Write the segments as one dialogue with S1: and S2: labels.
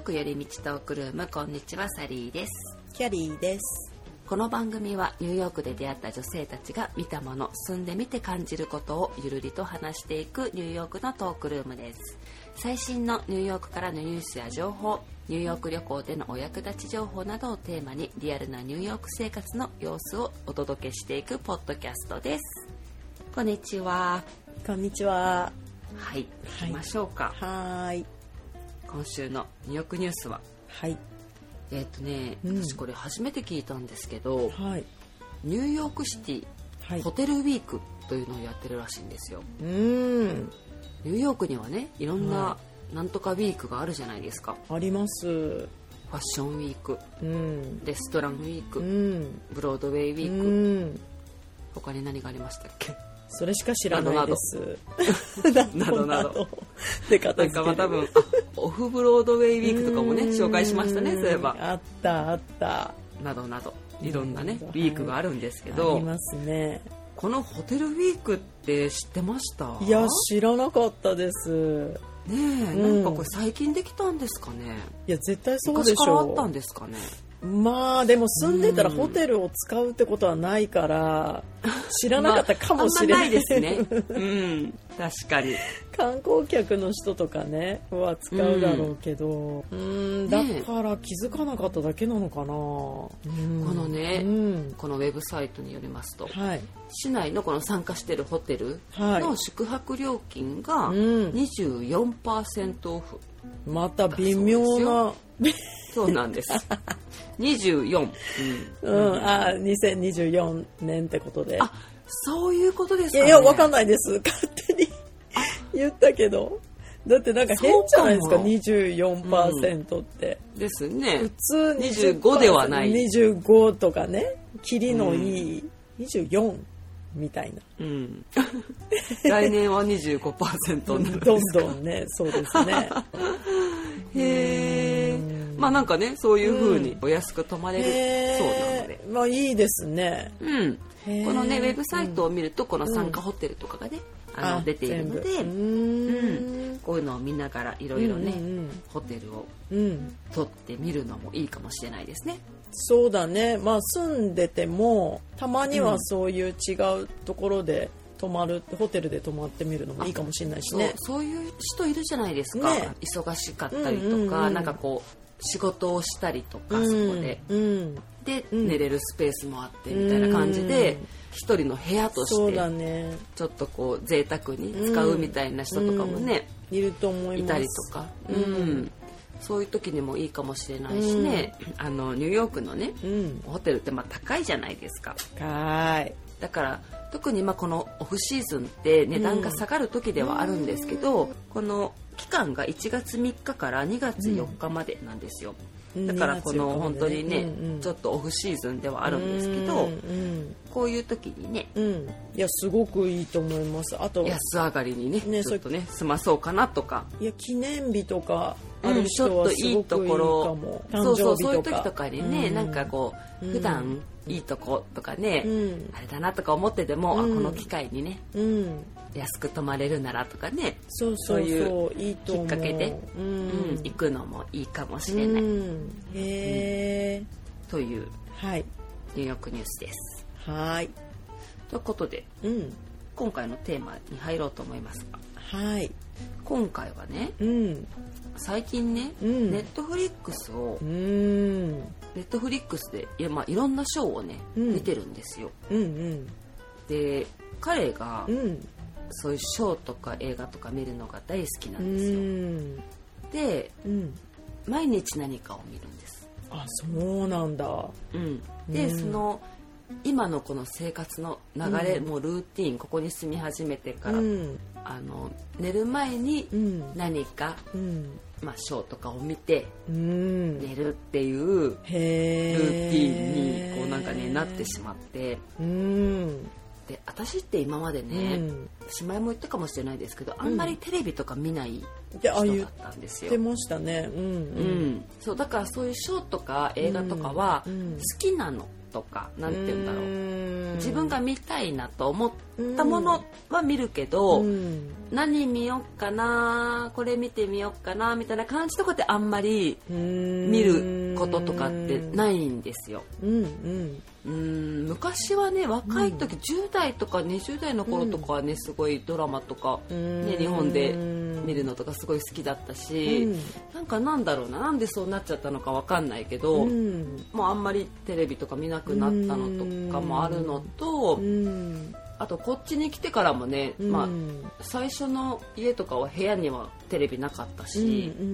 S1: く寄り道トークルームこんにちはサリーです
S2: キャリーです。
S1: この番組はニューヨークで出会った女性たちが見たもの住んでみて感じることをゆるりと話していくニューヨークのトークルームです最新のニューヨークからのニュースや情報ニューヨーク旅行でのお役立ち情報などをテーマにリアルなニューヨーク生活の様子をお届けしていくポッドキャストですこんにちは
S2: こんにちは。
S1: はい行
S2: はい
S1: きましょうか、
S2: はーい。
S1: 今週のニューヨークニュースは
S2: はい。
S1: えーっ、とね、
S2: うん
S1: 私これ初めて聞いたんですけど
S2: はい。
S1: ニューヨークシティ
S2: はい。
S1: ホ
S2: う
S1: テルウィークというのをやってるらしいんですよ
S2: ーん。
S1: ニューヨークにはねいろんな
S2: は
S1: なんとかウィークがあるじゃないですか
S2: あります。
S1: ファッションウィーク
S2: うん。
S1: レストランウィーク、
S2: うん。
S1: ブロードウェイウ
S2: う
S1: ィーク、
S2: ん。
S1: 他に何がありましたっけ
S2: それしか知らないです。
S1: などなど
S2: で片
S1: なん
S2: 付
S1: か
S2: ける。
S1: まあ多分あオフブロードウェイウィークとかもね
S2: うーん
S1: 紹介しましたねそういえば
S2: あったあった。
S1: などなどいろんなね
S2: うん
S1: ウィークがあるんですけ
S2: あ
S1: ど
S2: りますね。
S1: このホテルウィークって知ってました
S2: いや知らなかったです。
S1: ねえ、
S2: うん
S1: なんかこれ最近できたんですかね
S2: いや絶対そう
S1: 昔
S2: でし
S1: からあ
S2: ょう。
S1: ったんですかね
S2: まあでも住んでたら
S1: うん
S2: ホテルを使うってことはな いから知らなかったかもしれ
S1: まああ
S2: ない,、
S1: んまないですね うん確かに
S2: 観光客の人とかねは使うだろうけど、うん、だ
S1: ねえ
S2: から気づかなかっただけなのかな、うん
S1: このね
S2: うん、
S1: このウェブサイトによりますと
S2: はい
S1: 市内のこの参加してるホテル
S2: はい
S1: の宿泊料金が
S2: うん、
S1: 24%オフ、
S2: また微妙な
S1: そうなん です24、う
S2: うんん、あ2024年ってことで
S1: あそういうことです
S2: い
S1: か、ね、
S2: やいやわかんないです 勝手に言ったけどだってなんか変じゃないですか
S1: そうかも
S2: 24%って、
S1: ですね
S2: 普通20%
S1: 25ではない
S2: 25とかねキリのいい、24みたいな
S1: うん 来年は25%になるんです
S2: どんどんねそうで すね
S1: へえまあなんかねそういう風にお安く泊まれるそうなので、
S2: まあいいですね
S1: うん、
S2: へー
S1: このねウェブサイトを見るとこの参加ホテルとかがね、あの出ているので、
S2: 全部うん
S1: こういうのを見ながらいろいろね、
S2: うん
S1: ホテルを
S2: うんうん
S1: 取ってみるのもいいかもしれないですね
S2: そうだねまあ住んでてもたまにはそういう違うところで泊まるホテルで泊まってみるのもいいかもしれないし
S1: そう
S2: ね
S1: そういう人いるじゃないですか、
S2: ね
S1: 忙しかったりとか、
S2: うんうんうん
S1: なんかこう仕事をしたりとか、そこで
S2: うん
S1: で、
S2: ん
S1: 寝れるスペースもあってみたいな感じで、
S2: うん
S1: 一人の部屋と
S2: そ
S1: し
S2: うだ
S1: て
S2: ね
S1: ちょっとこう贅沢に使うみたいな人とかもね、
S2: いると思い
S1: い
S2: ます
S1: たりとか、う
S2: うんん
S1: そういう時にもいいかもしれないしね、あのニューヨークのね
S2: うん
S1: ホテルってまあ高いじゃないですか
S2: かい
S1: だから特にまあこのオフシーズンって値段が下がる時ではあるんですけど、この期間が1月3日から2月4日までなんですよ、だからこの本当にね、ちょっ
S2: と
S1: とオフシーズンではあるんですけ
S2: う
S1: ど
S2: ん
S1: こういう時にね
S2: うんうんいやすごくいいと思いますあと
S1: 安上がりにね
S2: ね
S1: ちょっとね済まそうかなとか
S2: いや記念日とか
S1: うん
S2: ある人はす
S1: ちょ
S2: ご
S1: っと
S2: く
S1: いい
S2: いい
S1: とこ
S2: か
S1: ろ
S2: も
S1: そうそうそういう
S2: 誕生日
S1: 時とかにね、
S2: うん
S1: なんかこう
S2: うん
S1: 普段いいとことかね、
S2: うん
S1: あれだなとか思ってても、あ
S2: うん
S1: この機会にね
S2: うん
S1: 安く泊まれるならとかね、
S2: そうそうそういいと思う
S1: きっかけで
S2: う
S1: うん
S2: ん
S1: 行くのもいいかもしれない、
S2: うんへえ
S1: という
S2: はい
S1: ニューヨークニュースです。
S2: はい
S1: ということで
S2: うん
S1: 今回のテーマに入ろうと思いますが
S2: はい
S1: 今回はね
S2: うん
S1: 最近ね、
S2: うん
S1: ネットフリックスを
S2: うんうん
S1: ネットフリックスでいや、まあ、いろんなショーをね、
S2: うん
S1: 見てるんですよ。
S2: うん
S1: で彼が
S2: うん
S1: そういうショーとか映画とか見るのが大好きな
S2: うん
S1: ですよ、
S2: ん
S1: で
S2: うん
S1: 毎日何かを見るんです、
S2: あそうなんだ
S1: うん、で、
S2: うん
S1: その今のこの生活の流れ、
S2: うん
S1: もうルーティンここに住み始めてから、
S2: うん
S1: あの寝る前に
S2: うん
S1: 何か、
S2: うん
S1: まあ、ショーとかを見て
S2: うん
S1: 寝るっていうルー
S2: へ
S1: テ
S2: ー
S1: ィンにこうなんかねなってしまって
S2: うん
S1: で私って今までね、
S2: うん
S1: 姉妹も言ったかもしれないですけどあんまりテレビとか見ない
S2: であ
S1: 人
S2: あ言
S1: だ
S2: っ
S1: ったんですよ
S2: て。ましたねうん
S1: うんそうだからそういうショーとか映画とかは
S2: うん
S1: 好きなのとか、なんて言うんだろう、
S2: ん
S1: 自分が見たいなと思ってったものは見るけど、
S2: うん
S1: 何見よっかなこれ見てみよっかなみたいな感じとかってあんまり見
S2: 見
S1: ることとかってないいんですよ。
S2: うんうん
S1: うん昔はね若い時、10代とか20代の頃とかはねすごいドラマとか
S2: うん
S1: ね日本で見る
S2: の
S1: のとかすごい好きだったし、なんかなんだろうななんでそうなっちゃったのかわかんないけど、
S2: うん
S1: もうあんまりテレビとか見なくなったのとかもあるのと、
S2: うん
S1: あとこっちに来てからもね、
S2: うん
S1: まあ、最初の家とかは部屋にはテレビなかったし、
S2: うんうん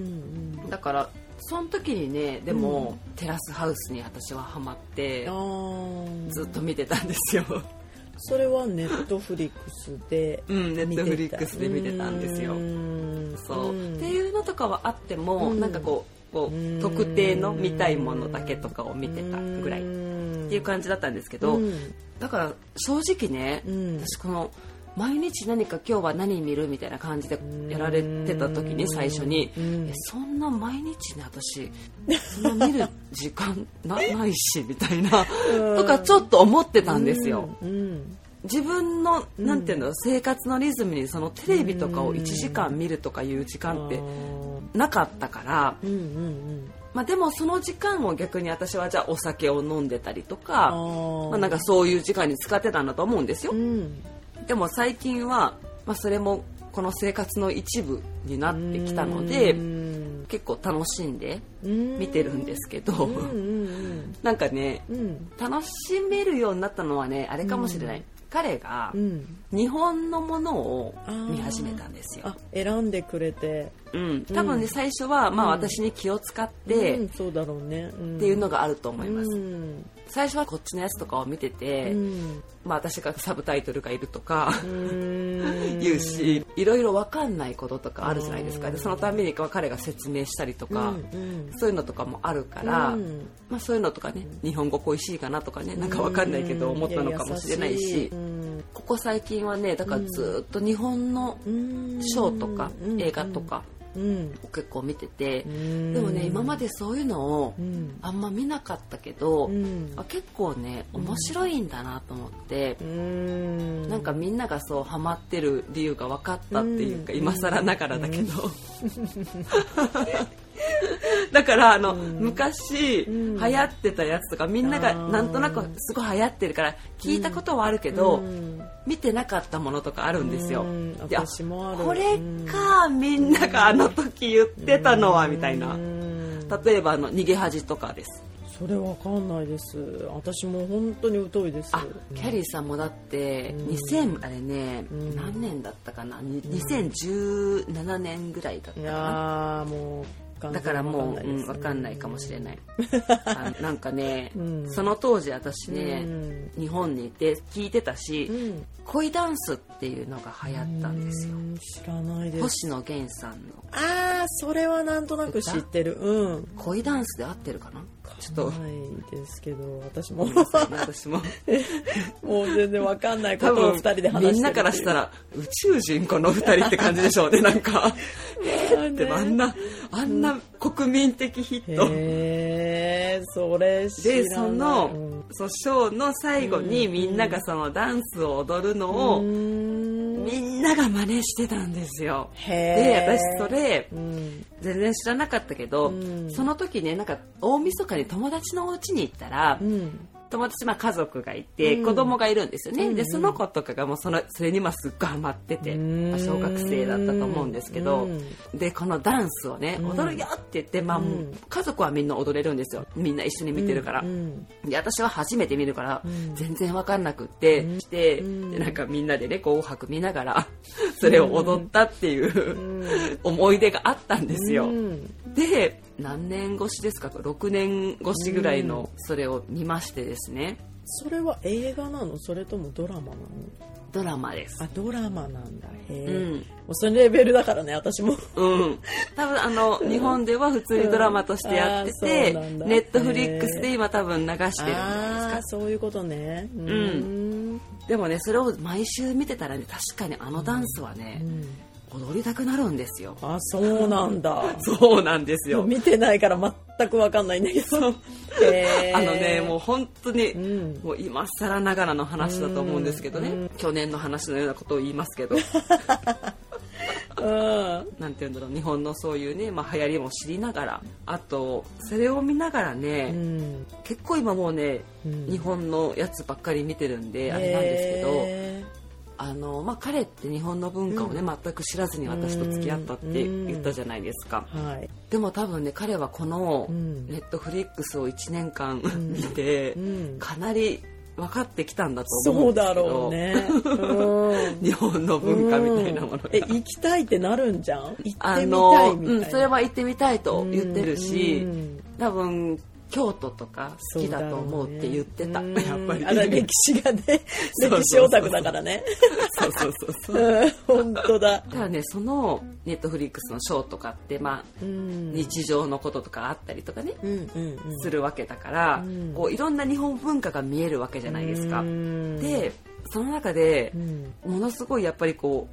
S2: うん
S1: だからその時にねでも、テラスハウスに私はハマって
S2: あー
S1: ずっと見てたんですよ。
S2: それはネットフリックスで
S1: うん、 ネッ
S2: 見
S1: トフ
S2: て
S1: リッ
S2: た
S1: クスで見てたんですよ。
S2: うん
S1: そう、
S2: ん
S1: っていうのとかはあっても、
S2: うん
S1: なんかこうこ
S2: う
S1: うん特定の見たいものだけとかを見てたぐらいっ
S2: うん
S1: ていう感じだったんですけど、
S2: うん
S1: だから正直ね、
S2: うん
S1: 私この毎日何か今日は何見るみたいな感じでやられてた時に最初に、
S2: うん
S1: えそんな毎日ね 私そんな見る時間なないしみたいなとかちょっと思ってたんですよ。
S2: うん
S1: 自分のなんていうの生活のリズムにそのテレビとかを1時間見るとかいう時間ってなかったから、
S2: うんうん
S1: まあ、でもその時間を逆に私はじゃあお酒を飲んでたりと
S2: あ
S1: か
S2: ー
S1: まあ、なんかそういう時間に使ってたんだと思うんですよ
S2: う。ん
S1: でも最近は、まあ、それもこの生活の一部になってきたので
S2: うん
S1: 結構楽しんで
S2: うん
S1: 見てるんですけど、
S2: うんうん
S1: なんかね
S2: うんうん
S1: 楽しめるようになったのはねあれかもしれない、
S2: うん
S1: 彼が
S2: うん
S1: 日本のものを見始めたんですよ
S2: あ、選んでくれて
S1: うん、多分ね最初は、まあ、私に気を使って、
S2: う
S1: っ
S2: んそうだろうねって
S1: いうのがあると思います、
S2: うん
S1: 最初はこっちのやつとかを見てて、
S2: うん
S1: まあ、私がサブタイトルがいるとか、
S2: うん
S1: 言うし、いろいろ分かんないこととかあるじゃないですか。で、
S2: うん
S1: そのために彼が説明したりとか、
S2: うん
S1: そういうのとかもあるから、
S2: うん
S1: まあそういうのとかね、日本語恋しいかなとかね、なんか分かんないけど思ったのかもしれないし、
S2: や優うん
S1: ここ最近はね、だからずっと日本の
S2: うん
S1: ショーとか
S2: うん
S1: 映画とか
S2: うん
S1: を結構見てて
S2: う、ん
S1: でもね、今までそういうのを
S2: うん
S1: あんま見なかったけど、
S2: うん
S1: あ結構ね、面白いんだなと思って、
S2: うん
S1: なんかみんながそうハマってる理由が分かったっていうか、
S2: うん
S1: 今更ながらだけど、 だからあの、
S2: うん
S1: 昔、
S2: うん
S1: 流行ってたやつとかみんなが
S2: あー
S1: なんとなくすごい流行ってるから聞いたことはあるけど、
S2: うん
S1: 見てなかったものとかあるんですよ。
S2: うん
S1: いや
S2: 私もある
S1: これ
S2: うん
S1: かみんながあの時言ってたのはみたいな
S2: うん
S1: 例えばあの逃げ恥とかです
S2: それわかんないです私も本当に疎いです
S1: あキャリーさんもだって
S2: うん
S1: 2000あれね、
S2: うん
S1: 何年だったかなに2017年ぐらいだった
S2: い
S1: かな
S2: やーもう完
S1: だ
S2: 全に
S1: からもう、
S2: わ
S1: うん
S2: かないで
S1: ん、
S2: す
S1: 分かんないかもしれない あなんかね、
S2: うん
S1: その当時私ね、
S2: うん
S1: 日本にいて聞いてたし、
S2: うん
S1: 恋ダンスっていうのが流行ったんですよ、
S2: うん知らないです
S1: 星野源さんの
S2: ああそれはなんとなく知ってるうん
S1: 恋ダンスで合ってるかなちょっ
S2: な
S1: と
S2: いですけど私も
S1: 私 も
S2: もう全然わかんないこ
S1: 多
S2: とを
S1: 分
S2: 二人で話してる
S1: みんなからしたら宇宙人この二人って感じでしょうねなんかでもあんなあんな国民的ヒット
S2: へえそれ知らない
S1: でそのそのショーの最後に
S2: うん
S1: みんながそのダンスを踊るの
S2: う
S1: を
S2: ん
S1: みんなが真似してたんですよ
S2: へ
S1: で
S2: え
S1: 私それ
S2: うん
S1: 全然知らなかったけど
S2: うん
S1: その時ねなんか大晦日に友達のお家に行ったら
S2: うん
S1: 友達まあ家族がいて
S2: うん
S1: 子供がいるんですよね、
S2: うんう
S1: で
S2: ん
S1: その子とかがもうそのそれにまあすっごいハマってて、
S2: うん
S1: まあ小学生だったと思うんですけど、
S2: う
S1: でこのダンスをね
S2: うん
S1: 踊るよって言って、まあ、
S2: うん
S1: もう家族はみんな踊れるんですよみんな一緒に見てるから
S2: う、ん
S1: で私は初めて見るから、
S2: うん
S1: 全然わかんなくって、
S2: うん
S1: して
S2: うん
S1: でなんかみんなでね「紅白」見ながら それを踊ったっていう、
S2: うん
S1: 思い出があったんですよ。
S2: うん
S1: で何年越しですか6年越しぐらいのそれを見ましてですね、
S2: それは映画なのそれともドラマなの
S1: ドラマです
S2: あドラマなんだへえ、
S1: う
S2: も
S1: ん、
S2: うそのレベルだからね私も
S1: うん、多分あの日本では普通にドラマとしてやってて、
S2: うんあーそうなんだ
S1: ネットフリックスで今多分流してるんじゃないで
S2: ああ
S1: す
S2: そういうことねうん
S1: でもねそれを毎週見てたらね確かにあのダンスはね、
S2: うん
S1: 踊りたくなるんですよ
S2: あそうなん だ
S1: そうなんですよ
S2: 見てないから全くわかんないんだけど へー
S1: あのねもう本当に、
S2: ん
S1: もう今更ながらの話だと思うんですけどね、去年の話のようなことを言います けど
S2: うん
S1: なんて言うんだろう日本のそういうね、まあ、流行りも知りながらあとそれを見ながらね、
S2: うん
S1: 結構今もうね、
S2: うん
S1: 日本のやつばっかり見てるんであれなんですけど、
S2: へ
S1: あのまあ、彼って日本の文化をね、全く知らずに私と付き合ったって言ったじゃないですか、
S2: ーはい
S1: でも多分ね彼はこの
S2: うん
S1: ネットフリックスを1年間見て、
S2: うん
S1: かなり分かってきたんだと思
S2: そううん
S1: です
S2: だ
S1: け
S2: ろ
S1: ど
S2: う ね、うん、
S1: 日本の文化みたいなものが
S2: うん。え行きたいってなるんじゃん行ってみた
S1: あ
S2: いみ
S1: の
S2: たいな、
S1: うん、それは行ってみたいと言ってるし、
S2: うんうん
S1: 多分京都とか好きだと思うって言ってた、
S2: そうだ
S1: や
S2: ろ
S1: っ
S2: う
S1: ぱ
S2: ね
S1: り
S2: あの 歴史がね
S1: そうそう
S2: 歴史オタクだからね
S1: そうそうそうそう
S2: うん 本当だ
S1: ただねそのネットフリックスのショーとかって、まあ、
S2: うん
S1: 日常のこととかあったりとかね、
S2: うんうんうん
S1: するわけだから、
S2: うん
S1: こういろんな日本文化が見えるわけじゃないですか。
S2: うん
S1: でその中で
S2: うん
S1: ものすごいやっぱりこう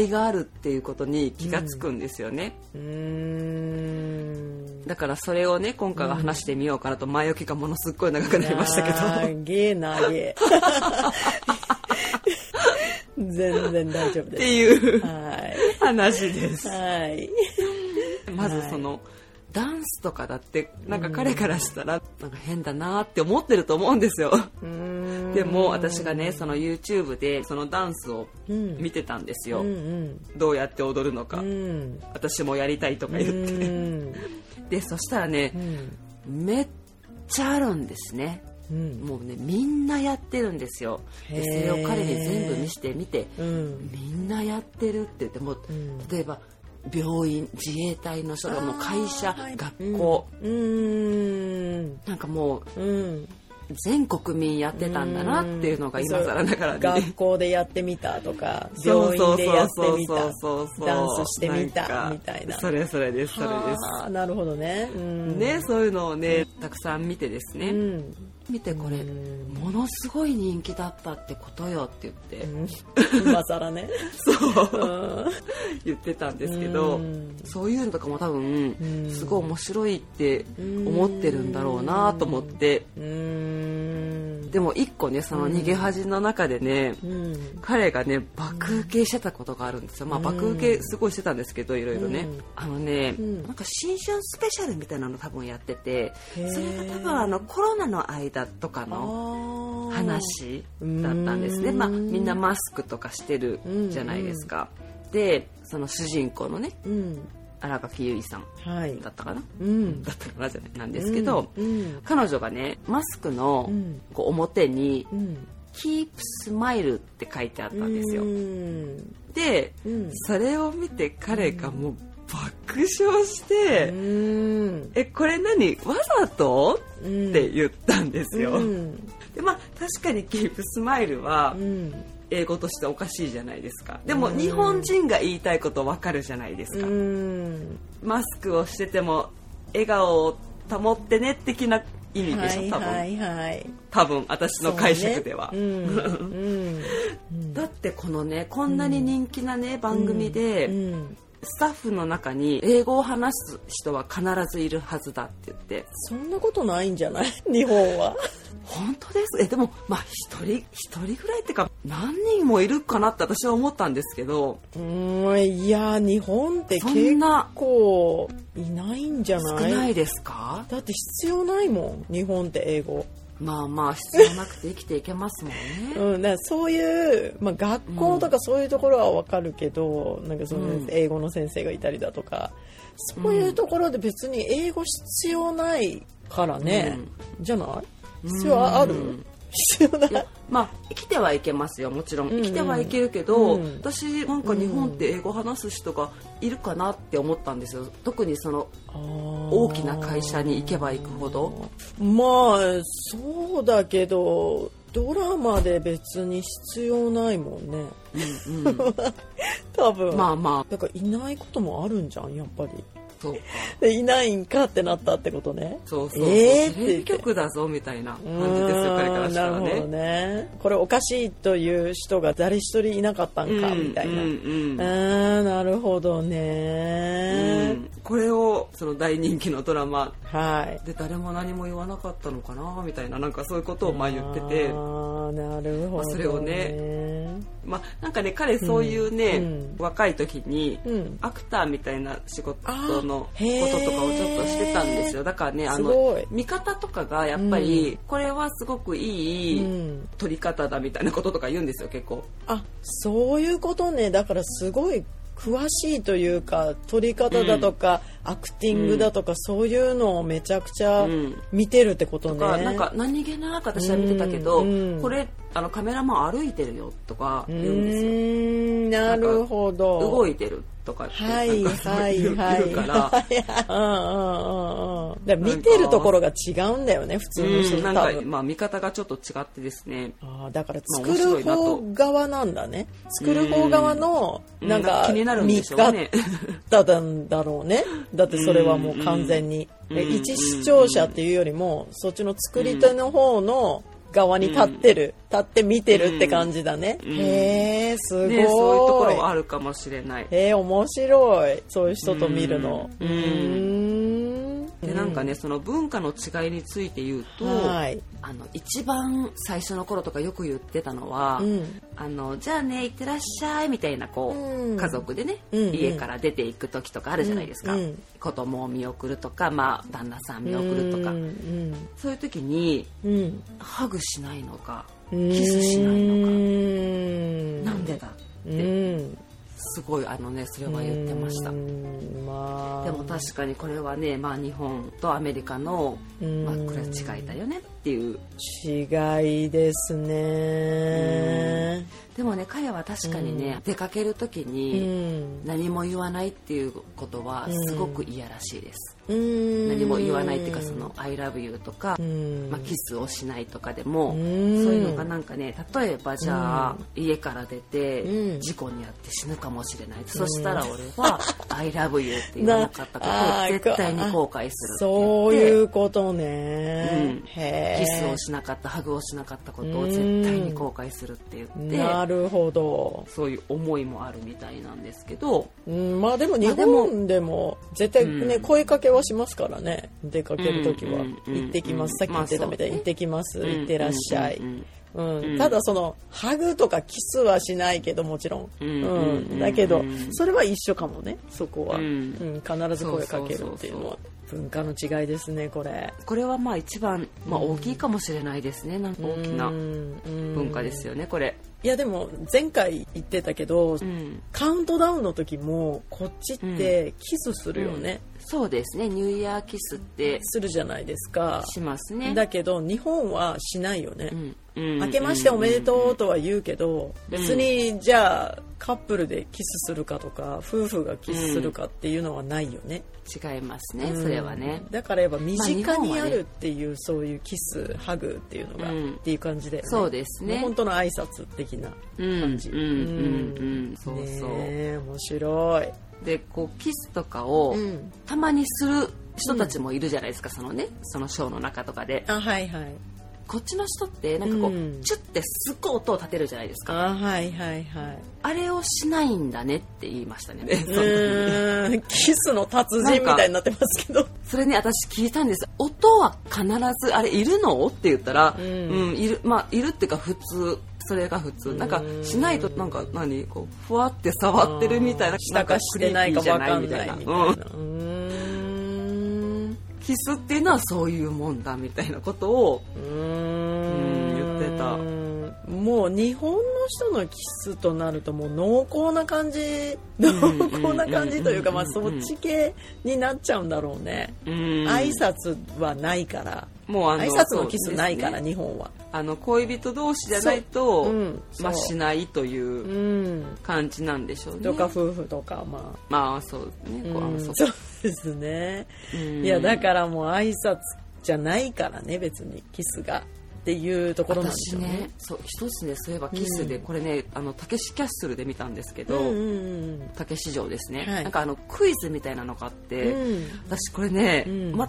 S1: 違いがあるっていうことに気がつくんですよね、
S2: うん
S1: だからそれをね今回は話してみようかなと前置きがものすっごい長くなりましたけど
S2: なげえな げえ全然大丈夫
S1: って
S2: で
S1: いう
S2: すは
S1: 話です
S2: いはい
S1: まずその、ダンスとかだってなんか彼からしたらなんか変だなって思ってると思うんですよ
S2: うん
S1: でも私がねその YouTube でそのダンスを見てたんですよ、
S2: うんうん
S1: どうやって踊るのか、
S2: うん
S1: 私もやりたいとか
S2: う
S1: 言って、
S2: ん
S1: でそしたらね
S2: う、ん
S1: めっちゃあるんですね
S2: うん
S1: もうねみんなやってるんですよでそ
S2: へー
S1: れを彼に全部見せてみて
S2: うん
S1: みんなやってるって言ってもう
S2: うん
S1: 例えば病院自衛隊の人もう会社
S2: あー
S1: 学校、
S2: うん
S1: なんかもう
S2: うん
S1: 全国民やってたんだなっていうのが今更ながら
S2: 学
S1: ね
S2: 校でやってみたとか
S1: そう
S2: 病
S1: そ
S2: 院
S1: う
S2: でやってみた
S1: そうそうそうそう
S2: ダンスしてみた
S1: んか
S2: みたいな
S1: それそれですそれです
S2: あーなるほどねうん
S1: ねそういうのをねたくさん見てですね、
S2: うん
S1: 見てこれ
S2: うん
S1: ものすごい人気だったってことよって言って、
S2: 今更ね
S1: そう
S2: うん
S1: 言ってたんですけど、
S2: うん
S1: そういうのとかも多分、
S2: ん
S1: すごい面白いって思ってるんだろうなと思って、
S2: うん
S1: でも一個ねその逃げ恥の中でね、
S2: うん
S1: 彼がね爆受けしてたことがあるんですよ、まあ、爆受けすごいしてたんですけどいろいろね、
S2: うん
S1: あのね、
S2: ん
S1: なんか新春スペシャルみたいなの多分やっててそ
S2: へー
S1: れが多分あのコロナの間とかの
S2: あー
S1: 話だったんですね、
S2: うん
S1: まあ、みんなマスクとかしてるじゃないですか、でその主人公のね
S2: うん
S1: 新垣結衣さん
S2: はい
S1: だったかな
S2: うん
S1: だったかなじゃないなんですけど、
S2: うん
S1: 彼女がねマスクの
S2: うん
S1: こう表に
S2: うん
S1: 「Keep Smile」って書いてあったんですよ、
S2: うん
S1: で
S2: うん
S1: それを見て彼がもう爆笑して「
S2: うん
S1: えこれ何わざと?」
S2: うん
S1: って言ったんですよ、
S2: うん
S1: でまあ確かに「Keep Smile」は、
S2: うん
S1: 英語としておかしいじゃないですかでも日本人が言いたいことわかるじゃないですか、
S2: うん
S1: マスクをしてても笑顔を保ってね的な意味で
S2: は
S1: しょ、
S2: い
S1: 多分、
S2: はいはい
S1: 多分私の解釈では、
S2: そうねうんうん
S1: だってこのねこんなに人気なね番組で、
S2: うん
S1: スタッフの中に英語を話す人は必ずいるはずだって言って
S2: そんなことないんじゃない日本は
S1: 本当ですえでもまあ一人一人ぐらいってか何人もいるかなって私は思ったんですけど
S2: うーんいや日本って
S1: そん
S2: 結
S1: な
S2: 構いないんじゃ
S1: 少
S2: ない
S1: ないですか
S2: だって必要ないもん日本って英語、
S1: まあまあ必要なくて生きていけますもんね。
S2: うん、だからそういう、まあ、学校とかそういうところは分かるけど、なんかその
S1: うん
S2: 英語の先生がいたりだとかそういうところで別に英語必要ないからね、じゃない必要ある、
S1: うん
S2: 必要ない
S1: いやまあ生きてはいけますよもちろん
S2: んう
S1: 生
S2: ん
S1: きてはいけるけど、
S2: うん
S1: 私なんか日本って英語話す人がいるかなって思ったんですよ特にその
S2: 大
S1: 大きな会社に行けば行くほど
S2: まあそうだけどドラマで別に必要ないもんね
S1: うんうん
S2: 多分
S1: まあま
S2: だからいないこともあるんじゃんやっぱり
S1: そうか
S2: でいないんかってなったってことね
S1: そうそうそう、
S2: えー
S1: テ
S2: って言って
S1: レビ局だぞみたいな感
S2: う
S1: じですよ彼か
S2: ー
S1: ら
S2: ん
S1: し
S2: な
S1: た
S2: る
S1: ら
S2: ほど
S1: ね。
S2: ねこれおかしいという人が誰一人いなかったんか、みたいな、
S1: うんうんうん
S2: あーなるほどね、
S1: うんこれをその大人気のドラマ
S2: はい
S1: で誰も何も言わなかったのかなみたいななんかそういうことをまあ言ってて
S2: あーなる
S1: ま
S2: ほど、ね
S1: あそれをねまあなんかね彼そういうね、
S2: うんうん
S1: 若い時に
S2: うん
S1: アクターみたいな仕事のこ
S2: あー
S1: ととかをちょっとしてたんですよだからねあ
S2: す
S1: の
S2: ごい
S1: 見方とかがやっぱりこれはすごくいい、
S2: うん
S1: 撮り方だみたいなこととか言うんですよ結構
S2: あそういうことねだからすごい詳しいというか撮り方だとか、アクティングだとか、そういうのをめちゃくちゃ
S1: うん
S2: 見てるってこと
S1: と
S2: ね、
S1: か、なんか何気なく私は見てたけど、
S2: うんうん
S1: これあのカメラマン歩いてるよとか
S2: う
S1: 言うんですよ
S2: ーんなるほど
S1: 動いてるとかって
S2: はい
S1: なんかすご
S2: はい
S1: 言う
S2: はい
S1: 言う から。
S2: うんうんうんうんだから見てるところが違うんだよね普通の人
S1: うん、
S2: と
S1: なん
S2: 多
S1: か
S2: 分
S1: まあ見方がちょっと違ってですね
S2: あーだから
S1: まあ
S2: 作
S1: 面白
S2: る
S1: いなと
S2: 方側なんだね作る方側の
S1: うん
S2: なん
S1: なん
S2: か
S1: か気になるんでしょうね
S2: 見方なんだろうねだってそれはもう完全に
S1: うん
S2: え
S1: うん
S2: 一視聴者っていうよりもそっちの作り手の方の側に立ってる立って見てるって感じだね
S1: ん
S2: へえすごい
S1: ねそういうところはあるかもしれない
S2: えー、面白いそういう人と見るの
S1: うん
S2: ん
S1: でなんかねその文化の違いについて言うと
S2: はい
S1: あの一番最初の頃とかよく言ってたのは、
S2: うん
S1: あのじゃあね行ってらっしゃいみたいなこう、
S2: うん
S1: 家族でね、
S2: うんうん
S1: 家から出ていく時とかあるじゃないですか、
S2: うんうん
S1: 子供を見送るとか、まあ、旦那さん見送るとか、
S2: うん
S1: そういう時に
S2: うん
S1: ハグしないのか
S2: うん
S1: キスしないのか
S2: うん
S1: なんでだ
S2: うん
S1: すごいあのねそれは言ってました
S2: う
S1: で
S2: んまあ
S1: も確かにこれはね、まあ、日本とアメリカの、
S2: うん
S1: まあ、これは違いだよねっていう
S2: 違いですね
S1: でもね彼は確かにね、出かける時に
S2: ん
S1: 何も言わないっていうことは
S2: うん
S1: すごくいやらしいです、
S2: うん
S1: 何も言わないっていうかその「ILOVEYOU」とか、
S2: うん
S1: まあ、キスをしないとかでも、
S2: うん
S1: そういうのがなんかね例えばじゃあ、家から出
S2: う
S1: て
S2: ん
S1: 事故に遭って死ぬかもしれない、そしたら俺は「ILOVEYOU」って言わなかったこと
S2: なあ
S1: を
S2: ー
S1: 絶対に後悔するって
S2: そう
S1: 言って
S2: いうことね
S1: うん
S2: へえ
S1: キスをしなかったハグをしなかったことを絶対に後悔するって言って
S2: なるほど
S1: そういう思いもあるみたいなんですけど
S2: うん、まあでも日
S1: あでも
S2: 本でも絶対ね、
S1: うん
S2: 声かけはしますからね出かける時は、
S1: うんうんうん
S2: 行ってきますさっき言ってたみたいに、
S1: まあそうね
S2: 行ってきます行ってらっしゃい、う
S1: うんんうん
S2: ただそのハグとかキスはしないけどもちろん、
S1: う
S2: う
S1: ん
S2: ん
S1: うんうん
S2: だけど
S1: うん
S2: それは一緒かもねそこは、う
S1: うんん
S2: 必ず声かけるっていうのは文化の違いですねこれ
S1: これはまあ一番、まあ、大きいかもしれないですねなんか大きな
S2: 文
S1: 文化ですよねこれ、
S2: いやでも前回言ってたけど、
S1: うん、
S2: カウントダウンの時もこっちってキスするよね、
S1: そうですねニューイヤーキスって
S2: するじゃないですか、
S1: しますね
S2: だけど日本はしないよね、
S1: うんうん
S2: 明けましておめでとうとは言うけど、別にじゃあカップルでキスするかとか夫婦がキスするかっていうのはないよね、
S1: 違いますねそれはね
S2: うんだからやっぱ身近に
S1: まあ日本は
S2: あ
S1: ね
S2: るっていうそういうキスハグっていうのが、
S1: うん
S2: っていう感じで、
S1: そうですね
S2: 本当の挨拶的な
S1: うん
S2: 感じ
S1: うんうんうんそうそう、
S2: ねえ面白い、
S1: でこうキスとかを、
S2: うん
S1: たまにする人たちもいるじゃないですか、そのねそのショーの中とかで
S2: あはいはい
S1: こっちの人ってなんかこう、
S2: うん
S1: チュッてすっごい音を立てるじゃないですか
S2: あはいはいはい
S1: あれをしないんだねって言いましたねその時
S2: うーん キスの達人みたいになってますけ ど
S1: それね私聞いたんです音は必ずあれいるのって言ったら、
S2: う
S1: うんんいるまあいるっていうか普通それが普通なんかしないとなんか何こうふわって触ってるみたいな
S2: したかしてないかわかんないみたいな
S1: う
S2: うんーん
S1: キスっていうのはそういうもんだみたいなことを
S2: うーん
S1: うん言ってた
S2: もう日本の人のキスとなるともう濃厚な感じ濃厚な感じというかまあそっち系になっちゃうんだろうね挨拶はないから
S1: もうあの
S2: 挨拶のキスないか
S1: そうです
S2: ら
S1: ね
S2: 日本は
S1: あの恋人同士じゃないと、
S2: そううん
S1: まあ、
S2: そう
S1: しないという
S2: うん
S1: 感じなんでしょうね。
S2: とか夫婦とかまあ
S1: まあそうね、こうあ
S2: う
S1: の
S2: ん
S1: そ
S2: そうですね
S1: うん
S2: いやだからもう挨拶じゃないからね別にキスがっていうところなんです
S1: 私
S2: よね。
S1: ねそう一つねそういえばキスで、
S2: うん
S1: これねあのたけしキャッスルで見たんですけ
S2: うん
S1: ど、
S2: うん
S1: たけし城ですね、
S2: はい
S1: なんかあのクイズみたいなのがあっ
S2: うん
S1: て、
S2: うん
S1: 私これね、
S2: うん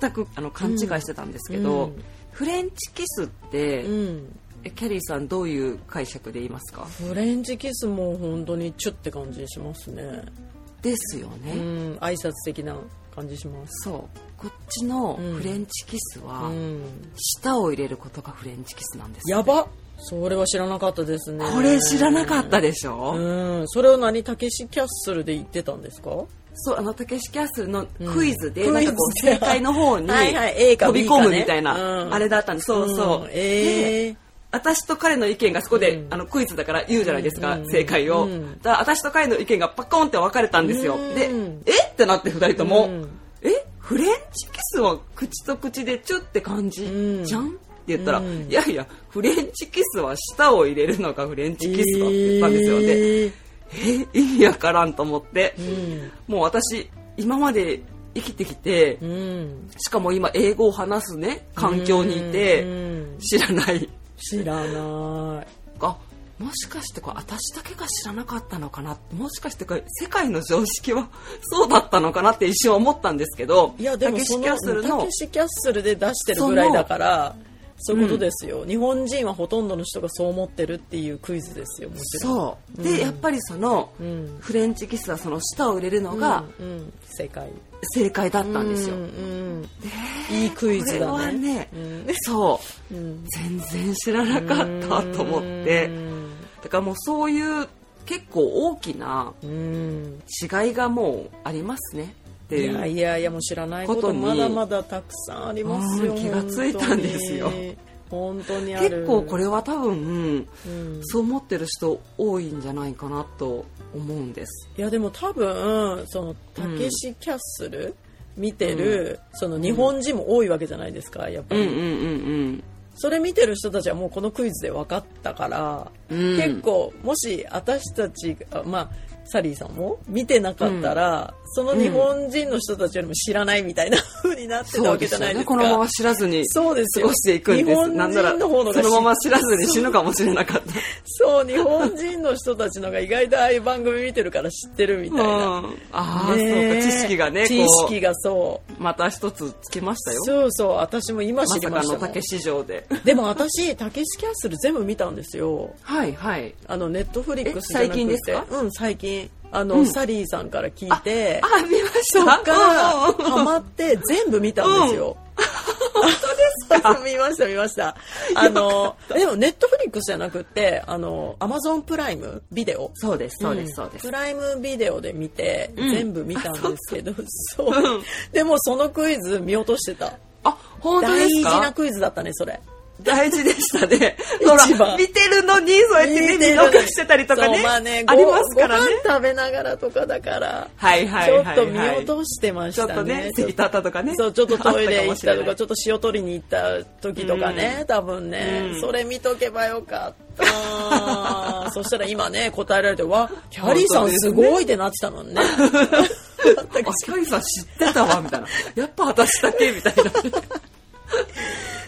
S1: 全くあの勘違いしてたんですけど、フレンチキスって、
S2: うんうん
S1: えキャリーさんどういう解釈で言いますか
S2: フレンチキスも本当にチュって感じしますね。
S1: ですよ
S2: う
S1: ね、
S2: ん、挨拶的な感じします。
S1: そうこっちの
S2: うん
S1: フレンチキスは、
S2: うん、
S1: 舌を入れることがフレンチキスなんですよ
S2: やば。それは知らなかったですね。
S1: これ知らなかったでしょ、
S2: うん、それを何たけしキャッスルで言ってたんですか？
S1: そうあのたけしキャッスルのクイズで、
S2: うん
S1: なんかこう
S2: クイズで
S1: 正解の方に
S2: はいはい A か
S1: 飛
S2: B
S1: び
S2: かね
S1: 込むみたいな、
S2: うん
S1: あれだったんですそうそう、
S2: んええ
S1: 私と彼の意見がそこで、
S2: うん
S1: あのクイズだから言うじゃないですか、
S2: うん
S1: 正解を、
S2: うん
S1: だから私と彼の意見がパコンって分かれたんですよ、
S2: うん
S1: でえってなって2人とも、
S2: うん
S1: えフレンチキスは口と口でチュって感じ、
S2: うん
S1: じゃんって言ったら、
S2: うん
S1: いやいやフレンチキスは舌を入れるのがフレンチキスだって言ったんですよ、で
S2: ええ
S1: え意味わからんと思って、
S2: うん
S1: もう私今まで生きてきて、
S2: うん、
S1: しかも今英語を話すね環境にいて、
S2: うん
S1: 知らない
S2: 知らない
S1: あもしかしてこれ私だけが知らなかったのかなもしかしてこれ世界の常識は そうだったのかなって一瞬思ったんですけど
S2: いやでも
S1: たけ
S2: そ
S1: し
S2: の
S1: キャッスル
S2: た
S1: の
S2: けしキャッスルで出してるぐらいだからそういうことですよ、日本人はほとんどの人がそう思ってるっていうクイズですよもちろん
S1: そうで、やっぱりその、
S2: うん
S1: フレンチキスはその舌を入れるのが
S2: うんうん正解
S1: 正解だったんですよ、
S2: うんうんいいクイズ
S1: これ
S2: だ
S1: は
S2: ね
S1: ね、
S2: うん
S1: そう
S2: うん
S1: 全然知らなかったと思ってだからもうそういう結構大きな
S2: うん
S1: 違いがもうありますねって
S2: い
S1: いう
S2: やいやいやもう知らないこ
S1: こと
S2: と
S1: に
S2: まだまだたくさんありますよ
S1: うん気がついたんですよ
S2: 本当にある
S1: 結構これは多分
S2: うん
S1: そう思ってる人多いんじゃないかなと思うんです。
S2: いやでも多分そのたけしキャッスル見てる、その日本人も多いわけじゃないですかやっぱ
S1: うん
S2: り、
S1: うんうん
S2: それ見てる人たちはもうこのクイズで分かったから、
S1: うん。うん
S2: 結構もし私たちがまあサリーさんも見てなかったら、その日本人の人たちよりも知らないみたいな風になってた
S1: そ
S2: わ
S1: うで
S2: けじゃ
S1: す
S2: な
S1: よ
S2: いで
S1: ね。
S2: すか
S1: このまま知らずに
S2: そうで
S1: 過
S2: すよ
S1: ごしていくんです。
S2: 日本
S1: なんなら
S2: 人の方のが
S1: そのまま知らずに死ぬかもしれなかった。
S2: そう日本人の人たちのが意外とああいう番組見てるから知ってるみたいな。
S1: うんああ、
S2: ね
S1: そう
S2: え
S1: か知識がね
S2: 知
S1: こ
S2: 識がそう
S1: うまた一つつきましたよ。
S2: そうそう私も今
S1: ま
S2: 知り
S1: さ
S2: ま
S1: か
S2: し
S1: の
S2: たもん
S1: 竹市場で。
S2: でも私たけしキャッスル全部見たんですよ
S1: はいはい。
S2: あのネットフリックスじゃなくて
S1: え最近ですか
S2: うん最近あの、
S1: うん
S2: サリーさんから聞いて
S1: あ見まし
S2: そ
S1: た。
S2: っから
S1: うん
S2: ハマって全部見たんですよ、本 当ですか見ました見ましたあのでもネットフリックスじゃなくってあのアマゾンプライムビデオ
S1: そうですそうですそうで
S2: プ
S1: す。
S2: ライムビデオで見て、
S1: うん
S2: 全部見たんですけど、そう
S1: うん
S2: でもそのクイズ見落としてた。
S1: あ本当で
S2: 大
S1: す
S2: 事
S1: か。
S2: なクイズだったね、それ。
S1: 大事でした ね。
S2: 一番
S1: ほら見てるのに、そうやってね、見
S2: てる
S1: 逃してたりとかね。
S2: そうまあね、ご
S1: ありますからね。
S2: ご飯食べながらとかだから、
S1: はいはいはい、はい。
S2: ちょっと見落としてま
S1: ち
S2: し
S1: ょっと
S2: た
S1: ね
S2: ね。、
S1: 席立ったとかね。
S2: そう、ちょっとトイレ行っ
S1: あ
S2: た
S1: か
S2: と
S1: も
S2: か、
S1: し
S2: ちょっと塩取りに行った時とかね、多分ね、
S1: うん
S2: それ見とけばよか った。そしたら今ね、答えられて、わ、キャリーさんすごいってなってたもんね。
S1: れないあ、ヒカリさん知ってたわ、みたいな。やっぱ私だけ、みたいな。
S2: い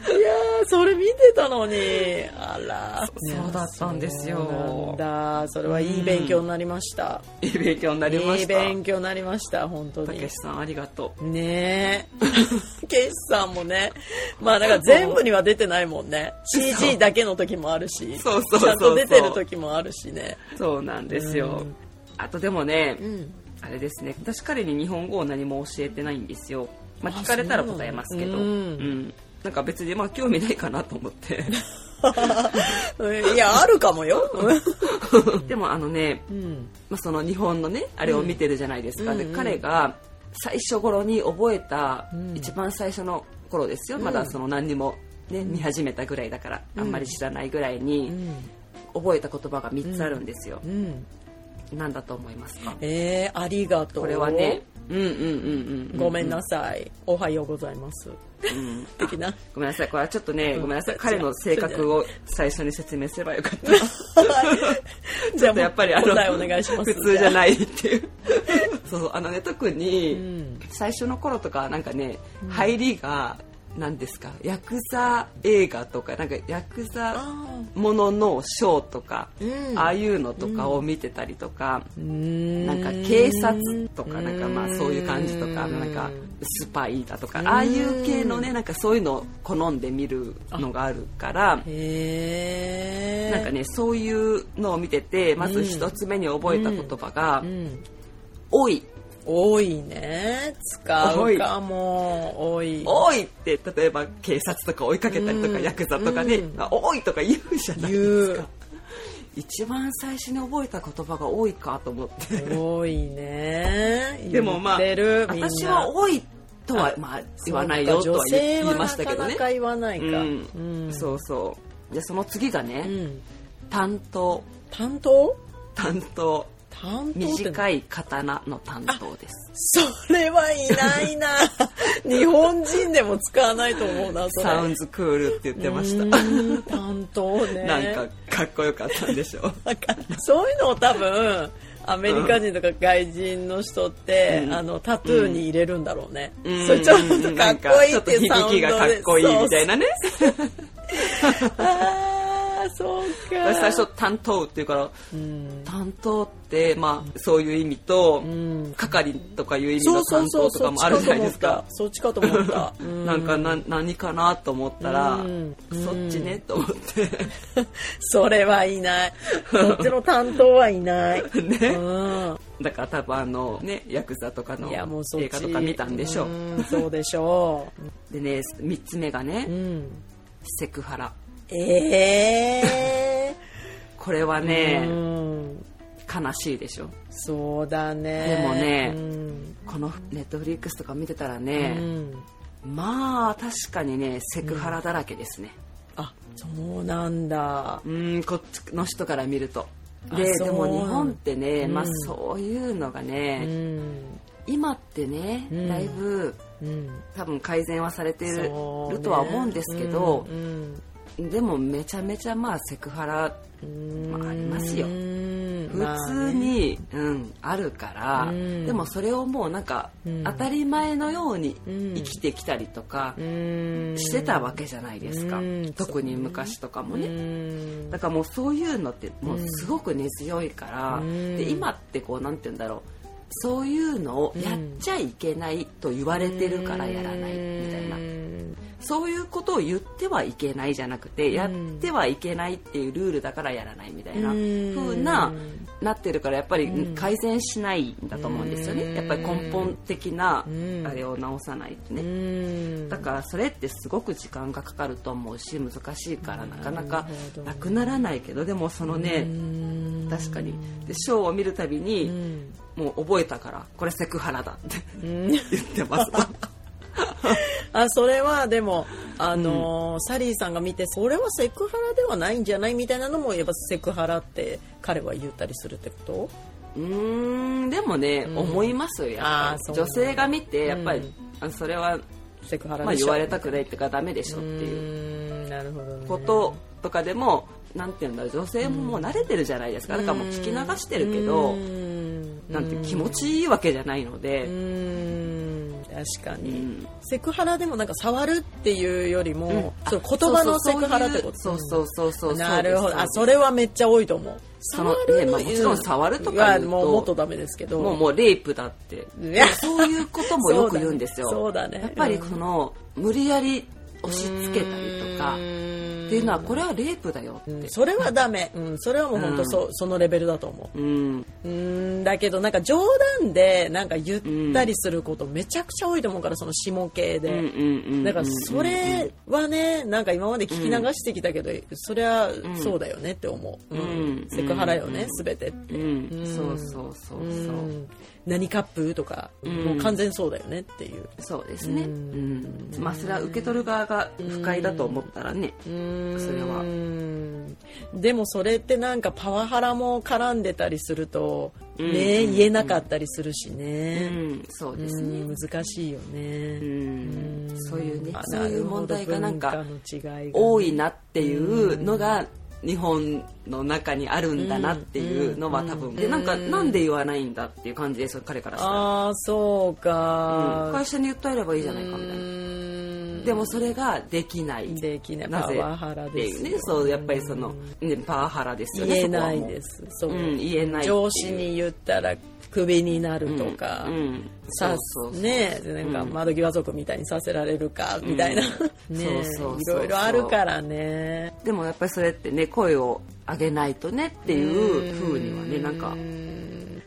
S2: やーそれ見てたのにあら
S1: そうそうだったんですよ
S2: そうなんだそれはいい勉強になりました、
S1: いい勉強になりま
S2: いい
S1: した。
S2: 勉強になりました本当
S1: た
S2: に
S1: けしさん、ありがとう。
S2: ねえ ケイシさんもねまあなんか全部には出てないもんね CG だけの時もあるし
S1: そうそうそうそう
S2: ちゃんと出てる時もあるしね
S1: そうなんですよ。
S2: うん
S1: あとでもね、
S2: ん
S1: あれですね、私彼に日本語を何も教えてないんですよ。まあ、
S2: あ
S1: 聞かれたら答えますけど。
S2: そう
S1: う
S2: なんだうん
S1: ん。なんか別に、まあ、興味ないかなと思 って。
S2: いやあるかもよ、
S1: でも、あのね、
S2: うん、
S1: まあ、その日本のねあれを見てるじゃないですか、
S2: うん
S1: で
S2: うんうん
S1: 彼が最初頃に覚えた、
S2: うん
S1: 一番最初の頃ですよ、
S2: うん
S1: まだその何にも、ね、見始めたぐらいだから、
S2: うん
S1: あんまり知らないぐらいうに
S2: ん
S1: 覚えた言葉が3つあるんですよ
S2: う、ん、
S1: 何だと思いますか
S2: えー、ありがとう
S1: これはねうんうんうんうん
S2: ごめんなさい、おはようございます
S1: うん、うん
S2: 的 な
S1: ごめんなさいこれはちょっとね、
S2: うん
S1: ごめんなさい彼の性格を最初に説明すればよか った
S2: じゃあもう
S1: やっぱりあの
S2: 答えお願いします
S1: 普通じゃ
S2: い、
S1: ないっていうそうあのね特に、
S2: うん
S1: 最初の頃とかなんかね、入りが何ですかヤクザ映画とかなんかヤクザ
S2: あ
S1: もののショーとか、
S2: ーうん
S1: ああいうのとかを見てたりとか、な
S2: な
S1: んか警察とかなんかまあそういう感じとかなんかスパイだとかああいう系のねなんかそういうのを好んで見るのがあるから
S2: へえ
S1: なんかねそういうのを見ててま
S2: う
S1: ず
S2: ん
S1: 一つ目に覚えた言葉が
S2: うん
S1: 「おい
S2: 多いね使うかも多い
S1: おい!」って例えば警察とか追いかけたりとか
S2: うん
S1: ヤクザとかね
S2: うん
S1: 「おい!」とか言うじゃないです
S2: 言
S1: か
S2: う。
S1: 一番最初に覚えた言葉が「多いか」と思って
S2: 多いね
S1: でもまあ
S2: 言ってるみんな
S1: 私は「多い」とはまあ言わないよとは言い言いましたけど
S2: 女性はなかな
S1: ね。
S2: か言わないか、
S1: うんそうそうでその次がね、
S2: う、うん、
S1: 担当
S2: 担当
S1: 担当
S2: 担当って
S1: 短い刀の担当です
S2: それはいな いな日本人でも使わないと思うなそれ
S1: サウンズクールって言ってました
S2: うーん担当 ね
S1: なんかかっこよかったんでしょ
S2: なんかそういうのを多分アメリカ人とか外人の人って、
S1: うん
S2: あのタトゥーに入れるんだろうね、
S1: うん
S2: それちょっとかっこいいっていう
S1: な
S2: サ
S1: んかちょっと響
S2: ウン
S1: き
S2: ド
S1: がか
S2: で
S1: っこいいみたいなね
S2: そうそうあーそうか
S1: 私最初担当っていうから
S2: うん
S1: 担当ってまあそういう意味と、
S2: ん
S1: 係とかいう意味
S2: そ
S1: の
S2: うそ
S1: 担
S2: うそ
S1: 当
S2: う
S1: と
S2: そ
S1: か
S2: っ
S1: もあ
S2: ち
S1: る
S2: か
S1: じゃ
S2: と
S1: ない
S2: 思
S1: で
S2: っ
S1: すか
S2: たそっちかと思った、 う
S1: なんかな何かなと思ったら、
S2: うん
S1: そっちねと思って
S2: それはいないそっちの担当は いない、
S1: ね
S2: うん
S1: だから多分あのねヤクザとかの
S2: いやもうそっち
S1: 映画とか見たんでしょう
S2: うんそうでしょ
S1: でね3つ目がね、
S2: う、うん、
S1: セクハラ
S2: ええ
S1: これは
S2: ー
S1: ね、
S2: うん
S1: 悲しいでしょ
S2: そうだね
S1: でもね
S2: うん
S1: このネットフリックスとか見てたら
S2: う
S1: ね、
S2: ん
S1: まあ確かにねセクハラだらけですね
S2: あそうなんだ
S1: うんこっちの人から見ると
S2: あ
S1: で
S2: そう
S1: でも日本ってね、
S2: うん
S1: まあそういうのが
S2: う
S1: ね、
S2: ん
S1: 今ってね、
S2: うん
S1: だいぶ
S2: うん
S1: 多分改善はされてるる
S2: そうね
S1: とは思うんですけど
S2: う、ん
S1: でもめちゃめちゃまあセクハラ
S2: うん
S1: まあありますよ
S2: うん
S1: 普通に、うん、あるから、
S2: うん
S1: でもそれをもうなんか、
S2: うん
S1: 当たり前のように
S2: うん
S1: 生きてきたりとか
S2: まあねうん
S1: してたわけじゃないですか、
S2: うん
S1: 特に昔とかも
S2: う
S1: ね。
S2: ん
S1: だからもうそういうのってもうすごく根強いから、
S2: うん
S1: で今ってこうなんて言うんだろうそういうのをやっちゃいけないと言われてるからやらないみたいな
S2: うん
S1: そういうことを言ってはいけないじゃなくて、やってはいけないっていうルールだからやらないみたいな
S2: うん
S1: 風な、なってるからやっぱり
S2: うん
S1: 改善しないんだと思うんですよね。
S2: うん
S1: やっぱり根本的な
S2: うん
S1: あれを直さないと
S2: う
S1: ね。
S2: ん
S1: だからそれってすごく時間がかかると思うし難しいからなかな
S2: な
S1: か
S2: るほど
S1: なくならないけどでもそのね
S2: うん
S1: 確かにでショーを見るたび
S2: う
S1: に
S2: ん
S1: もう覚えたからこれセクハラだって
S2: うん
S1: 言って ます。
S2: あそれはでも、あのーサリーさんが見てそれはセクハラではないんじゃないみたいなのもやっぱセクハラって彼は言ったりするってこと
S1: うーんでもね、
S2: うん
S1: 思いますよやっ
S2: あ
S1: ぱ
S2: ーそ
S1: り
S2: う
S1: 女性が見てやっぱり、
S2: うん
S1: あそれは、
S2: セクハラ
S1: まあ、
S2: でし
S1: 言
S2: ょ、
S1: われたくないっていうかダメでしょっていう
S2: うーんなるほどね
S1: こととかでも、なんていうんだろう女性ももう慣れてるじゃないですかだからもう聞き流してるけど、
S2: うーん
S1: なんて気持ちいいわけじゃないの
S2: う
S1: で、
S2: ーん確か
S1: う
S2: に、
S1: ん
S2: セクハラでもなんか触るっていうよりも、
S1: あ
S2: そう言葉のセクハラってこと
S1: そうそうそうそうそうそうそう
S2: なるほどあ
S1: そう
S2: それはめっちゃ多いと思う
S1: その
S2: 触る
S1: ねまあもちろん触るとか言うと
S2: はもうもっとダメですけど
S1: もうもうレイプだって
S2: いや
S1: そういうこともよく言うんですよ
S2: そうだねそうだね
S1: やっぱりこの、無理やり押し付けたりとか、っていうのはこれはレイプだよって、
S2: うんそれはダメ、うん、それはもう本当そ,、うそのレベルだと思
S1: うん、
S2: ううんだけどなんか冗談でなんか言ったりすることめちゃくちゃ多いと思うからその下系
S1: うん
S2: で、
S1: うんうんうん
S2: だからそれはねなんか今まで聞き流してきたけど、それはそうだよねって思う、うん
S1: うん
S2: セクハラよ
S1: う
S2: ね
S1: ん
S2: 全てって、
S1: うん
S2: うん
S1: そうそうそうそう、
S2: うん何カップとか、
S1: ん
S2: もう完全そうだよねっていう
S1: そうですね、う
S2: うん
S1: まあそれは受け取る側が不快だと思ったらね、それは
S2: でもそれってなんかパワハラも絡んでたりすると、
S1: うん
S2: ね
S1: うん
S2: 言えなかったりするし
S1: う
S2: ね、
S1: ん、そうですね、
S2: うん難しいよね、
S1: うんそういうね
S2: あ
S1: そういう問題がなん
S2: な
S1: か
S2: るほど文化の違いがね
S1: 多いなっていうのが日本の中にあるんだなっていうのは多分でなんかなんで言わないんだっていう感じですよ彼からしたら、
S2: ああそう
S1: うん
S2: か、
S1: 会社に訴えればいいじゃないかみたいな
S2: うーん
S1: でもそれができない
S2: できない
S1: なぜ
S2: パワハラ
S1: って
S2: で
S1: い
S2: す
S1: う
S2: よ
S1: ねそうやっぱりその、ね、パワハラですよね
S2: 言えないですすそう、
S1: うん言えないっていう
S2: 上司に言ったらクビになるとか、
S1: うんうん、
S2: さ
S1: そうそう
S2: ねなんか窓際族みたいにさせられるか、みたいなね
S1: そうそうそう
S2: い
S1: そう
S2: ろいろあるからね
S1: でもやっぱりそれってね声を上げないとねっていう風にはねなんか